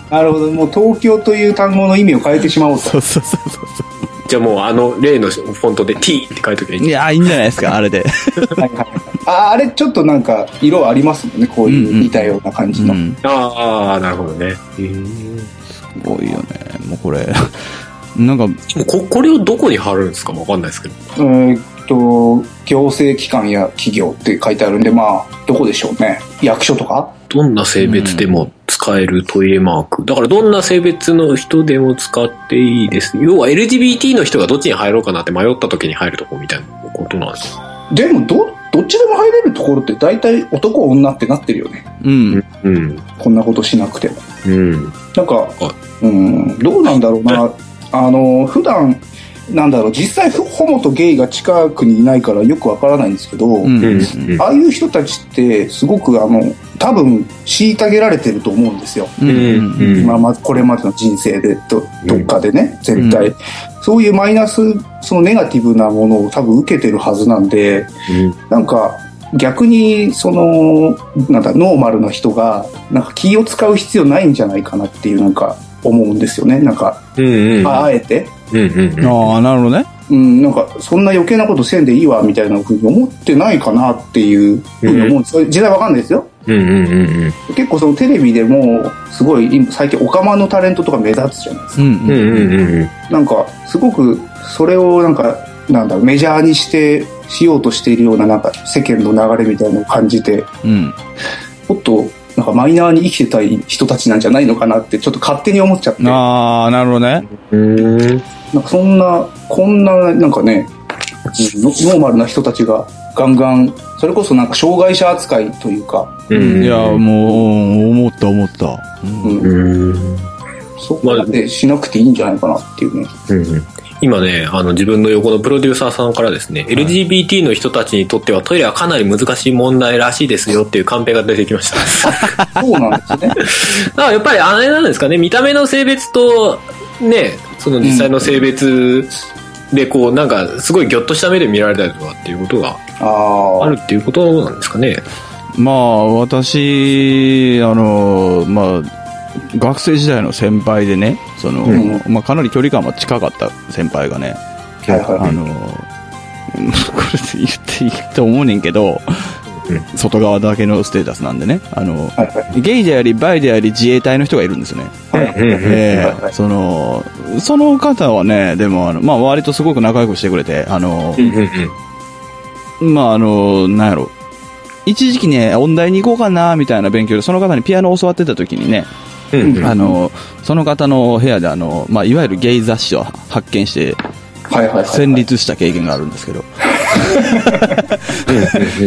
D: い。 なるほど、もう東京という単語の意味を変えてしまおうと。
B: そうそうそうそうそ。
C: じゃあもうあの例のフォントで T って書いときゃいいう
B: いや、いいんじゃないですか、あれで。
D: はいはいはいあ、あれちょっとなんか色ありますもんね、こうい
B: うんう
D: うん似たような感じ
B: う
D: の。
B: ん。
C: ああ、なるほどね。へー
B: すごいよね。もうこれ。なんか、
C: でもここれをどこに貼るんですかわかんないですけど。
D: えーっと、行政機関や企業って書いてあるんで、まあ、どこでしょうね。役所とか
C: どんな性別でも使えるトイレマーク。だからどんな性別の人でも使っていいです。要は LGBT の人がどっちに入ろうかなって迷った時に入るとこみたいなことなんですよ。
D: でも、ど、どっちでも入れるところって大体男女ってなってるよね。
B: うん。
C: うん。
D: こんなことしなくても。
C: うん。
D: なんか、うん、どうなんだろうな。あの、普段、なんだろう、実際、ホモとゲイが近くにいないからよくわからないんですけど、
B: うん。
C: う
B: うんん。
D: ああいう人たちって、すごく、あの、多分、虐げられてると思うんですよ。
B: うん。
C: うん
D: 今ま、これまでの人生で、ど、どっかでね、絶対。
B: う
D: そういうマイナス、そのネガティブなものを多分受けてるはずなんで、なんか、逆に、その、なんだ、ノーマルの人が、なんか気を使う必要ないんじゃないかなっていう、なんか、思うんですよね。なんか、
C: うん。うん。
D: ああえて。
C: うん。うん。
B: ああ、なるほどね。
D: うん、なんか、そんな余計なことせんでいいわ、みたいなふうに思ってないかなっていうふうに思うんです。時代わかんないですよ。
C: うん。うん。うん。
D: 結構そのテレビでも、すごい、今最近、オカマのタレントとか目立つじゃないですか。
B: うん。
C: うん。
B: う
C: う。
B: んん。
C: うん。うん。
D: なんか、すごく、それをなんか、なんだろう、メジャーにして、しようとしているような、なんか、世間の流れみたいなのを感じて、
B: うん。
D: もっと、なんかマイナーに生きてたい人たちなんじゃないのかなって、ちょっと勝手に思っちゃって、なん
B: ああ、なるほどね。
C: うん。
D: かそんな、こんな、なんかね、うんノノーマルな人たちがガンガン、それこそなんか障害者扱いというか、
C: うん。
B: いや、もう、うん思った思った。うん
D: うん
C: うん。
D: そこまでしなくていいんじゃないかなっていうね。
C: うん今ね、あの自分の横のプロデューサーさんからですね、LGBT の人たちにとってはトイレはかなり難しい問題らしいですよっていうカンペが出てきました。だ
D: そうなんです ね。
C: からやっぱりあれなんですかね、見た目の性別と、ね、その実際の性別でこう、なんかすごいギョッとした目で見られたりとかっていうことが
D: あ
C: あ
D: あ。
C: るっていうことなんですかね。
B: まあ、私、あの、まあ、学生時代の先輩でね、その、
D: うん
B: まあ、かなり距離感は近かった先輩がね、
D: はいはいはい
B: あの、 うんこれ言っていいと思うねんけど、
C: う
B: 外側だけのステータスなんでね、あの、
D: はいはい。
B: ゲイであり、バイであり、自衛隊の人がいるんですよね。ええその、その方はね、でも、あの、まあ、割とすごく仲良くしてくれて、あの、まあ、あの、なんやろ。一時期ね、音大に行こうかな、みたいな勉強で、その方にピアノを教わってた時にね、あの、その方の部屋で、あの、まあ、いわゆるゲイ雑誌を発見して、
D: はいはいはい。
B: 戦慄した経験があるんですけど。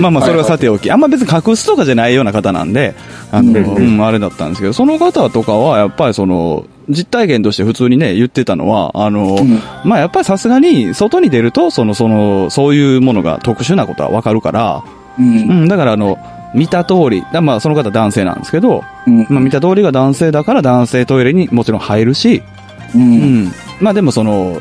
B: まあまあ、それはさておき、あんま別に隠すとかじゃないような方なんで、あの、うん、あれだったんですけど、その方とかは、やっぱりその、実体験として普通にね、言ってたのは、あの、
D: ん
B: まあやっぱりさすがに、外に出ると、その、その、そういうものが特殊なことはわかるから、
D: うん。
B: うん、だからあの、見た通り、だまあその方男性なんですけど、
D: うん。
B: まあ見た通りが男性だから男性トイレにもちろん入るし、
D: う。
B: うんん、まあでもその、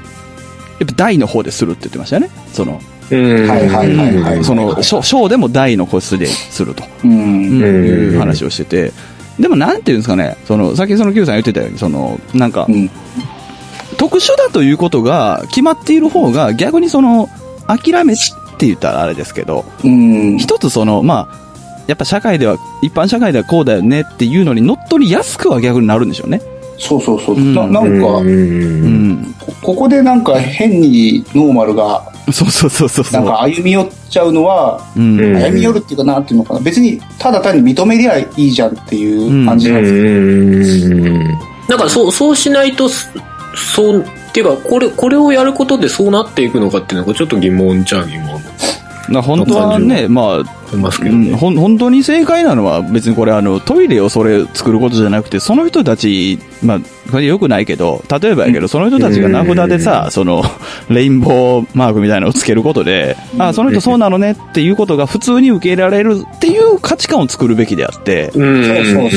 B: やっぱ大の方でするって言ってましたよね。その、
D: はいはいはいはい。
B: その、小小でも大の個室ですると、
D: うん。
B: うん
C: うん
B: いう話をしてて、でもなんていうんですかね、その、さっきその Q さん言ってたように、その、なんか
D: う、ん。
B: 特殊だということが決まっている方が逆にその、諦めって言ったらあれですけど、
D: うん。
B: 一つその、まあ、やっぱ社会では、一般社会ではこうだよねっていうのに乗っ取りやすくは逆になるんでしょうね。
D: そうそうそう。
B: うん
D: ななんか、
B: うん。
D: こここでなんか変にノーマルが、
B: そうそうそうそうそ
D: な
B: う。
D: んか歩み寄っちゃうのは、
B: うん。
C: うん
D: 歩み寄るっていうかなっていうのかな。別に、ただ単に認めりゃいいじゃんっていう感じなんですよ。
C: なんかそう、そうしないと、そそう、っていうか、これ、これをやることでそうなっていくのかっていうのがちょっと疑問っちゃ疑問。
B: な本当はね、まあ、
C: 思いますけ
B: う
C: どね。
B: ん、ほん本当に正解なのは別にこれあのトイレをそれ作ることじゃなくてその人たち、まあ、これよくないけど例えばやけどその人たちが名札でさその レインボーマークみたいなのをつけることで、あその人そうなのねっていうことが普通に受け入れられるっていう価値観を作るべきであって、
C: うん
D: そうそう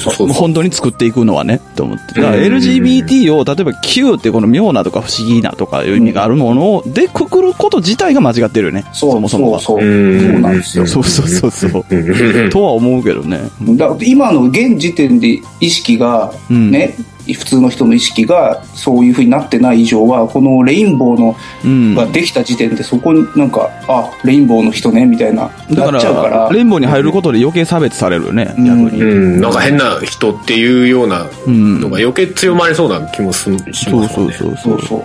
D: そう
C: そう
B: 本当に作っていくのはね、と思って。だから
C: うん
B: LGBT を、例えば Q ってこの妙なとか不思議なとかいう意味があるものを、でくくること自体が間違ってるよね。
D: そう
B: もそもが。
D: そうそ
C: う
D: う。
C: ん
D: そうなんですよ。
B: そうそうそうそう。
C: うん
B: とは思うけどね。
D: だから今の現時点で意識が、
B: うん
D: ね、普通の人の意識がそういうふうになってない以上は、このレインボーの
B: うん。
D: ができた時点でそこになんか、あ、レインボーの人ね、みたいな、
B: だか、
D: なっちゃうからら。
B: レインボーに入ることで余計差別されるよね、逆
D: うん
B: に
C: う。ん、なんか変な人っていうような
B: うん
C: のが余計強まりそうな気もすし
B: そ
C: ま
B: う
C: す
B: そ
C: よ
B: う
C: ね。
B: そうそ
D: そうう。そう。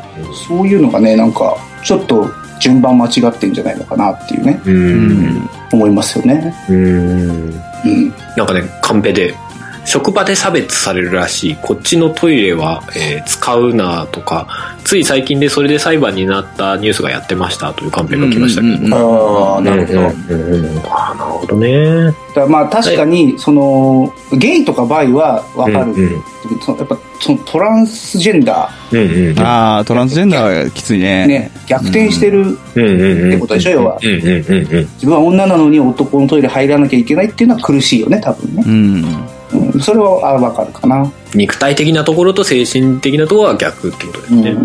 D: そういうのがね、なんか、ちょっと順番間違ってんじゃないのかなっていうね、
C: うん。
D: 思いますよね。
C: うん。
D: うん。
C: なんかね、カンペで、職場で差別されるらしい。こっちのトイレは、えー使うなとか、つい最近でそれで裁判になったニュースがやってましたというカンペが来ましたけど。
B: うん
D: ああ、なるほど。だ
C: ああ、なるほどね。
D: からまあ確かに、その、ゲイとかバイはわかる。
C: うんうん
D: そのやっぱそのトランスジェンダ
C: うんうん。
B: ああ、トランスジェンダーがきつい
D: ー、
B: ね。
D: ね、逆転してる、
C: うんうんうん。
D: ってことでしょ要は
C: うんうんうんうん。
D: 自分は女なのに男のトイレ入らなきゃいけないっていうのは苦しいよね、多分ね
B: う。ん。
D: うん、それは、あわかるかな。
C: 肉体的なところと精神的なところは逆ってことです
D: うん。
C: ね。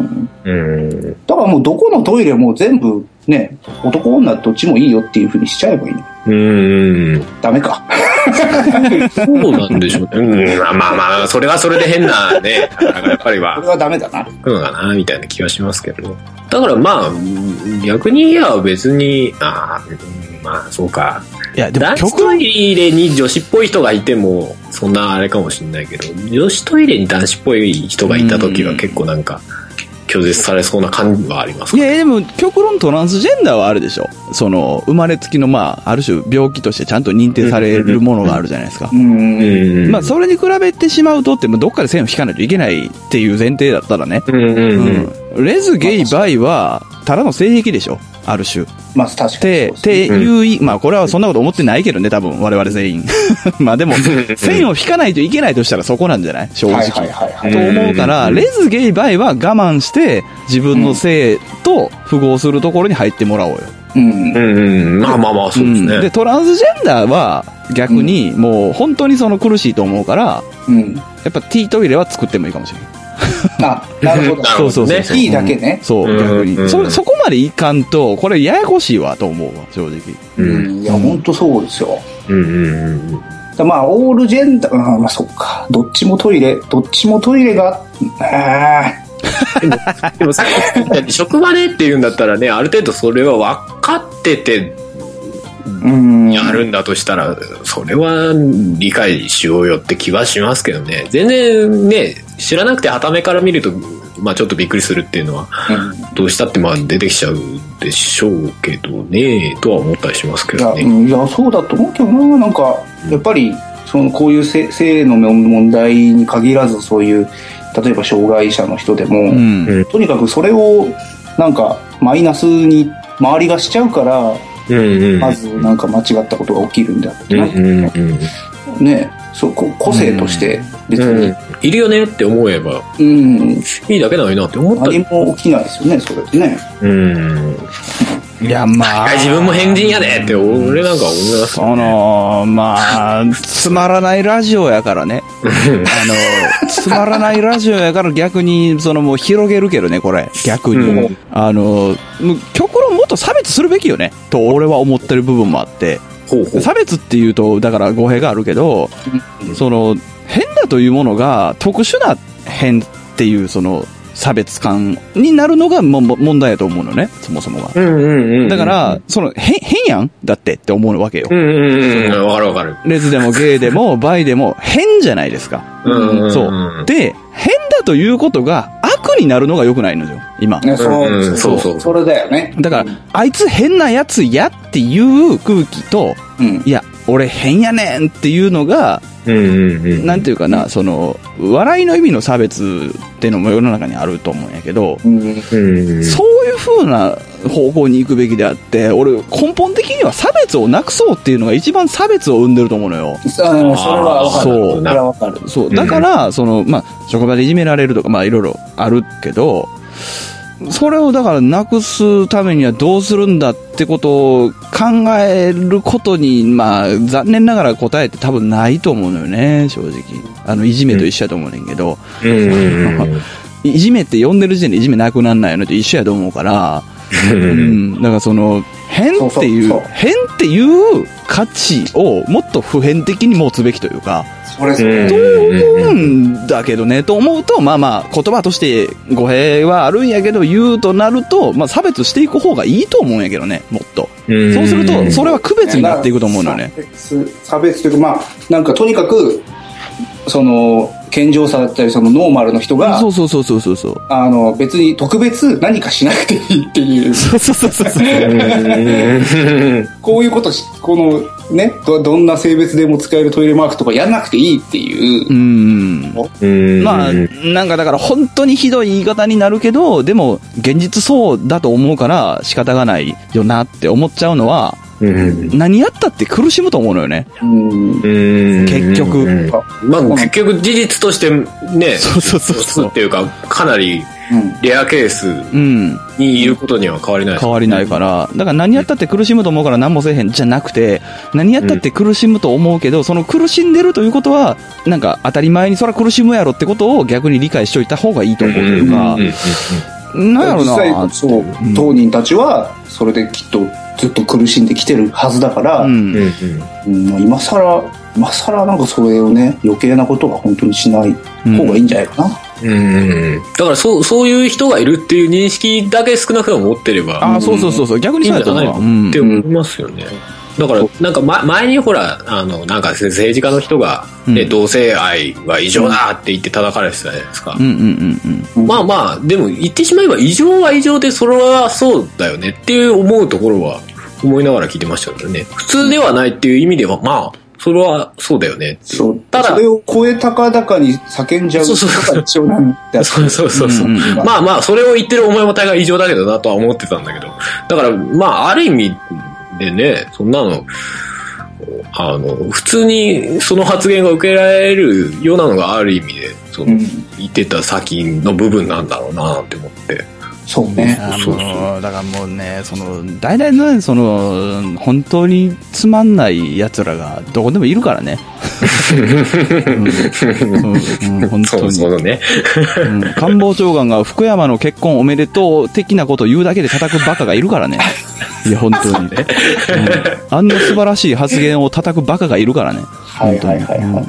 C: うん。
D: だからもうどこのトイレも全部ね、男女どっちもいいよっていうふうにしちゃえばいいの。
C: うん。
D: ダメか。
C: そうなんでしょうね。うん。まあまあまあ、それはそれで変なね。なんかやっぱりは
D: これはダメだな。
C: のかな、みたいな気はしますけど。だからまあ、うん逆に言えば別に、ああ、うんまあそうか。
B: いや、でも
C: 男子
B: 曲
C: トイレに女子っぽい人がいても、そんなあれかもしれないけど、女子トイレに男子っぽい人がいた時は結構なんか、拒絶されそうな感じはあります
B: い
C: ね。
B: や、でも、極論トランスジェンダーはあるでしょ。その、生まれつきの、まあ、ある種病気としてちゃんと認定されるものがあるじゃないですか
D: う。ん。
C: うん
B: まあ、それに比べてしまうとって、まあどっかで線を引かないといけないっていう前提だったらね。
C: うんうん
B: う
C: うん。
B: ん。レズ、ゲイ、バイは、ただの性癖でしょ。ある種。っ
D: まあ確かにそう
B: て、
D: で
B: っ
D: すね。
B: ていうい、まあ、これはそんなこと思ってないけどね、多分、我々全員。 まあ、でも、線を引かないといけないとしたらそこなんじゃない正直。
D: はいはいはいはい。
B: と思うから、
C: うん
B: レズ、ゲイ、バイは我慢して、自分の性と符合するところに入ってもらおうよ。
D: うん。
C: うんうん。まあまあまあ、そうです
B: うんで、
C: ね。
B: トランスジェンダーは逆にもう本当にその苦しいと思うから、
D: うん。
B: やっぱ T トイレは作ってもいいかもしれない。
D: あ、なるほ ど。
C: なる
B: そ
C: ほ
B: うそ
C: ど
B: うそ
C: ね
B: う。そう。
D: いいだけね
B: うんそう、
C: うん
B: 逆
C: うん
B: に。それ、そこまでいかんと、これややこしいわと思うわ、正直。
C: う
D: うんん。いや、本当そうですよ。
C: うんうんうん。
D: だまあ、オールジェンダー、うんまあ、そっか。どっちもトイレ、どっちもトイレが、あ
C: でもさっき言ったように職場でっていうんだったらねある程度それは分かってて
D: ーうん。
C: やるんだとしたらそれは理解しようよって気はしますけどね全然ね知らなくてはためから見ると、まあ、ちょっとびっくりするっていうのはどうしたってまあ出てきちゃうでしょうけどねとは思ったりしますけ
D: いや、
C: ど
D: う
C: ね。
D: んいやそうだと思うけどな。なんか、やっぱり、その、こういう性性の問題に限らず、そういう、例えば障害者の人でも、
B: うん。
C: うん
D: とにかくそれを、なんか、マイナスに周りがしちゃうから、
C: うんうん
D: まず、なんか間違ったことが起きるんだって
C: うん
D: な、
C: うんうん
D: ね、そう、こう個性として、別に、
C: いるよねって思えば
D: うん、
C: いいだけないなって思った
D: 何
C: り、
D: も起きないですよね、それってね。
C: うん、
B: いや、まあ。
C: 自分も変人やでって俺なんか思います
B: その、まあ、つまらないラジオやからね。あの、つまらないラジオやから 逆に、そのもう広げるけどね、これ。逆に。
C: うん
B: あの、もう極論もっと差別するべきよね。と俺は思ってる部分もあって。
C: ほうほう
B: 差別っていうと、だから語弊があるけど、その、変だというものが特殊な変っていう、その、差別感になるのがもも問題やと思うのね、そもそもが。
C: うんうんうん。
B: だか、ら、その、変、変やんだってって思うわけよ
C: う。んうんうん。わかるわかる。
B: レズでもゲイで もバイでも変じゃないですか。
C: うんうんうん
B: そう。で、変だということが悪になるのが良くないのよ、今。
D: ね、そう
C: うんうんそうそう
D: それだよね。
B: だから、あいつ変なやつやっていう空気と、
D: うん。
B: いや、俺変やねんっていうのが、
C: うんうんうん。
B: なんていうかな、その、笑いの意味の差別っていうのも世の中にあると思うんやけど、
D: うん。
C: うんうん。
B: そういう風な方向に行くべきであって、俺、根本的には差別をなくそうっていうのが一番差別を生んでると思うのよ。
D: それはわかる。
B: そう
D: それはわかる。
B: そう。だから、その、まあ、職場でいじめられるとか、まあ、いろいろあるけど、それをだからなくすためにはどうするんだってことを考えることに、まあ、残念ながら答えって多分ないと思うのよね、正直。あの、いじめと一緒やと思うねんけど、
C: うんうんうん
B: いじめって呼んでる時点でいじめなくなんないよねと一緒やと思うから、うん、だからその、変っていう
D: そうそうそう
B: 変っていう価値をもっと普遍的に持つべきというか、
D: それそれ。
B: と
C: うん
B: 思うんだけどね、と思うと、まあまあ、言葉として語弊はあるんやけど、言うとなると、まあ差別していく方がいいと思うんやけどね、もっと。
C: うん
B: そうすると、それは区別になっていくと思うのよね。
D: 差別差別というか、まあ、なんかとにかく、その、健常者だったり、そのノーマルの人が
B: そ、うそうそうそうそうそう。
D: あの、別に特別何かしなくていいっていう、
B: そうそうそうそうそう。
D: こういうことし、このね、どどんな性別でも使えるトイレマークとかやんなくていいっていう
B: う、ん。
C: うん
B: まあ、
C: うん
B: なんかだから本当にひどい言い方になるけど、でも現実そうだと思うから仕方がないよなって思っちゃうのは、
C: うん
B: 何やったって苦しむと思うのよね。
D: うん
C: うん
B: 結局
C: うんまあ
D: うん
C: 結局事実としてね、
B: そうそうそうそ
C: っ
B: う。
C: ていうか、かなり
D: うん
C: レアケース
B: うん。
C: にいることには変わりないです
B: 変わりないから、だから何やったって苦しむと思うから何もせえへんじゃなくて、何やったって苦しむと思うけど、その苦しんでるということは、なんか当たり前にそら苦しむやろってことを逆に理解しておいた方がいいと思うというか
C: うん、うん
B: なんやろ
D: 実
B: な
D: 際、そう、当人たちは、それできっとずっと苦しんできてるはずだから、
B: うん
C: うんうん
D: うんもう今更、今更なんかそれをね、余計なことは本当にしない方がいいんじゃないかな。
C: うんだからそう、そういう人がいるっていう認識だけ少なくとも持ってれば
B: ああ、そうそうそうそう、逆
C: い
B: に
C: い
B: そ
C: ん
B: う
C: じ
B: やと
C: ゃない
B: 思うわ
C: の
B: う
C: っ
B: ん
C: て思いますよね。だから、なんか、ま、前にほら、あの、なんか政治家の人が、ね
B: うん
C: 同性愛は異常だって言って叩かれてたじゃないですか
B: う。んうんうんうん。
C: まあまあ、でも言ってしまえば異常は異常で、それはそうだよねっていう思うところは思いながら聞いてましたけどね。普通ではないっていう意味では、まあ、それはそうだよね。
D: そう。
C: ただ
D: それを超え高々に叫んじゃう
C: そ
D: こ
C: うそう
D: とが一緒なんだ
C: そうそうそうそう。
B: うんうんうん
C: まあまあ、それを言ってるお前も大概異常だけどなとは思ってたんだけど。だから、まあ、ある意味でね、そんなの、あの、普通にその発言が受けられるようなのがある意味で、その、
D: うん
C: 言ってた先の部分なんだろうなって思って。
D: そうね。
B: あ
C: そうそう
B: もうだからもうね、その、大体ね、その、本当につまんない奴らがどこでもいるから ね。うんうんうん本
C: そ
B: 当
C: う
B: に。
C: そうね。
B: うん官房長官が福山の結婚おめでとう的なことを言うだけで叩くバカがいるからね。 いや、本当に。うんあんな素晴らしい発言を叩くバカがいるからね。
D: はいはいはいはい。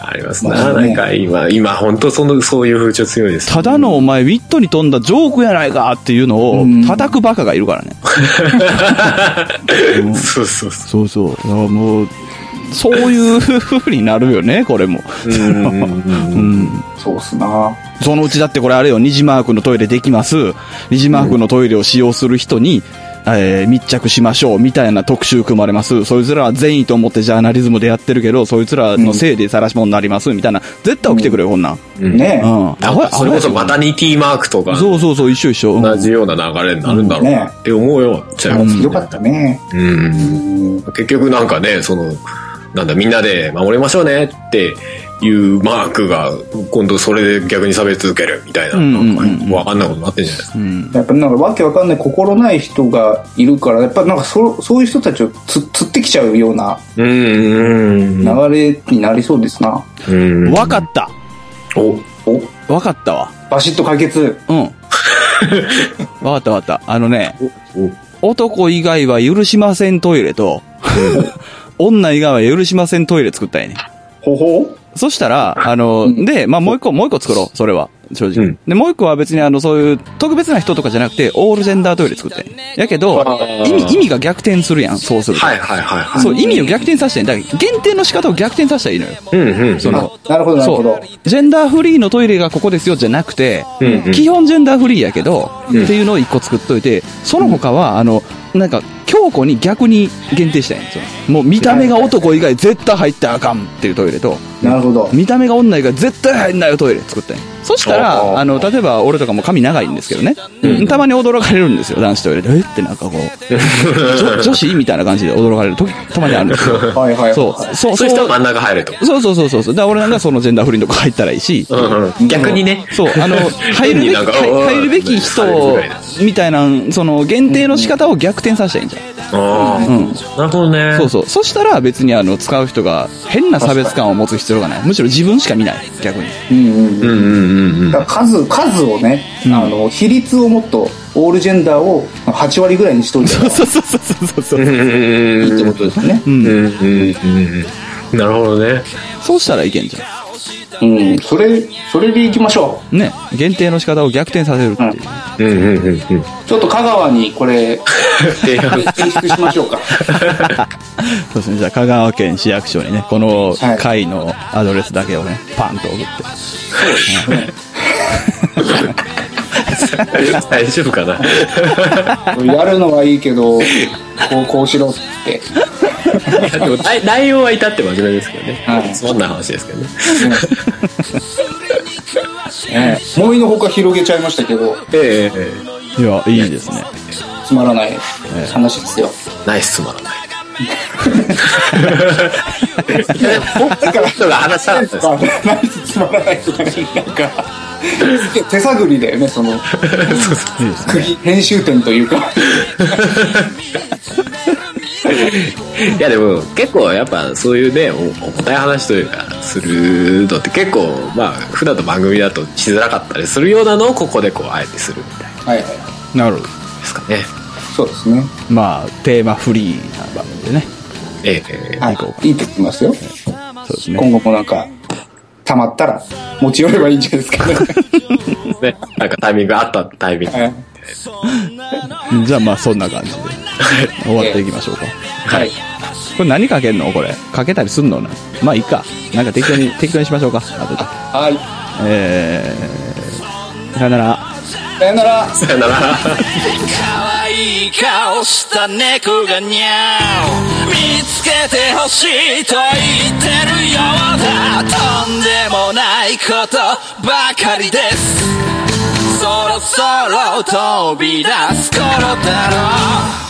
C: あります
D: ま
C: な。
D: あ
C: な
D: ね
C: んか今、今、本当その、そういう風潮強いです。
B: ただのお前、ウィットに飛んだジョークやないかっていうのを
D: うん
B: 叩くバカがいるからね。うん
C: そうそうそ
B: そうそう。だからもう、そういう風になるよね、これも。
C: う。 うん
B: うん。
D: そうっすな。
B: そのうちだってこれあれよ、ニジマークのトイレできます。ニジマークのトイレを使用する人に、えー密着しましょう、みたいな特集組まれます。そいつらは善意と思ってジャーナリズムでやってるけど、そいつらのせいで晒し者になります、みたいな。絶対起きてくれよ、こんなん。
C: うん
D: ね
B: うん。
C: なんかそれこそマタニティマークとか。
B: そうそうそう、一緒一緒。うん
C: 同じような流れになるんだろうなって思うよ、ちゃいます
D: よかったね。
C: うん
D: うん
C: 結局なんかね、その、なんだ、みんなで守りましょうねっていうマークが、今度それで逆に差別受けるみたいな、
B: うんうんうん
C: なんかわかんないことになってんじゃないですか。
B: うん。
D: やっぱなんかわけわかんない心ない人がいるから、やっぱなんかそそういう人たちをつ釣ってきちゃうような
C: うんうんうん。
D: 流れになりそうですな。
C: うん
B: わかった。
C: お、
D: お
B: わかったわ。
D: バシッと解決。
B: うん。わかったわかった。あのね、
C: お、
B: 男以外は許しませんトイレと、 女以外は許しませんトイレ作ったんやね。
D: ほほ
B: そしたら、あの、で、まあ、もう一個、もう一個作ろう、それは、正直。
C: うん
B: で、もう一個は別に、あの、そういう、特別な人とかじゃなくて、オールジェンダートイレ作って。やけど、
C: ー
B: 意味、意味が逆転するやん、そうすると。
C: はいはいはいは
B: そう、意味を逆転させてん。だから、限定の仕方を逆転させたらいいのよ。
C: い。うんうん。
B: その、
D: なるほどなる
B: そ
D: ほど
B: う。。ジェンダーフリーのトイレがここですよじゃなくて、
C: うんうん
B: 基本ジェンダーフリーやけど、っていうのを一個作っといて、その他は、あの、なんか、強固に逆に限定したいんですよ。もう見た目が男以外絶対入ったらあかんっていうトイレと、
D: なるほど。
B: 見た目が女やから絶対入んないよトイレ作ってんそした
C: あー
B: らあの例えば俺とかも髪長いんですけどね、たまに驚かれるんですよ男子トイレでえってなんかこう女女子みたいな感じで驚かれる時たまにあるんですよ
D: はいはいはい。
B: そうそう
C: そ
B: そううそ
C: したら
B: う
C: 真ん中入れと。
B: そうそうそうそうだから俺なんかそのジェンダーフリーのとこ入ったらいいし、
C: うんうん、逆にね。
B: そう、 あの、入るべき、
C: なんか
B: 入
C: うん
B: 入るべき人みたいな、その、限定の仕方を逆転させたいんじゃ
C: ああ、
B: ん。うん。
C: なるほどね。
B: そうそう。そしたら別にあの、使う人が変な差別感を持つ必要がない。むしろ自分しか見ない。逆に。
D: うんう
C: う
D: ん。
C: んうんうんうん。
D: だから数、数をね、あの、比率をもっと、オールジェンダーを8割ぐらいにしといたら
B: そうそうそうそうそう。
C: うんうん
D: いいってことですよね。
B: うん
C: うんうん。うんうんうんうん。なるほどね。
B: そうしたらいけんじゃ
D: うん。それ、それでいきましょ
B: ん。ね。限定の仕方を逆転させるっていう。
C: うんうんうんうん。
D: う。ちょっと香川にこれ、
C: 提案
D: 提出しましょうか。
B: そうですね。じゃあ、香川県市役所にね、この
D: はい
B: 会のアドレスだけをね、パンと送って。
C: 大丈夫かな。
D: やるのはいいけど、こう、こうしろって。
C: いやでも内内容は至って真面目ですけど
D: は
C: ね。
D: い
C: そんな話ですけどね。
D: ね思いのほか広げちゃいましたけど、
C: えええ
B: いや、いいですね。
D: つまらない話ですよ。
C: えナイスつまらない。いやでも本当に人が話したかったです
D: あナイスつまらないとかねなんか手探りだよねその 釘編集点というか
C: いやでも結構やっぱそういうねおお答え話というかするのって結構まあ普段の番組だとしづらかったりするようなのをここでこうあえてするみたい
D: はいはい
B: なるほど。
C: ですかね
D: そうですね
B: まあ、テーマフリーな番組でね。
C: えええ
D: はい
B: こう
D: いいと思いますよ
B: そうですね。
D: 今後もなんかたまったら持ち寄ればいいんじゃないです かね
C: えねなんかタイミングあったタイミング
D: はい
B: じゃあまあそんな感じで終わっていきましょうか。
D: はい
B: これ何かけんのこれ。かけたりすんのな。まあいいか。なんか適当に、適当にしましょうか。あ
D: はい
B: とで。えー、さよなら。
D: さよなら
C: さよなら
E: 可愛い顔した猫がニャオ見つけてほしいと言ってるようだとんでもないことばかりですそろそろ飛び出す頃だろう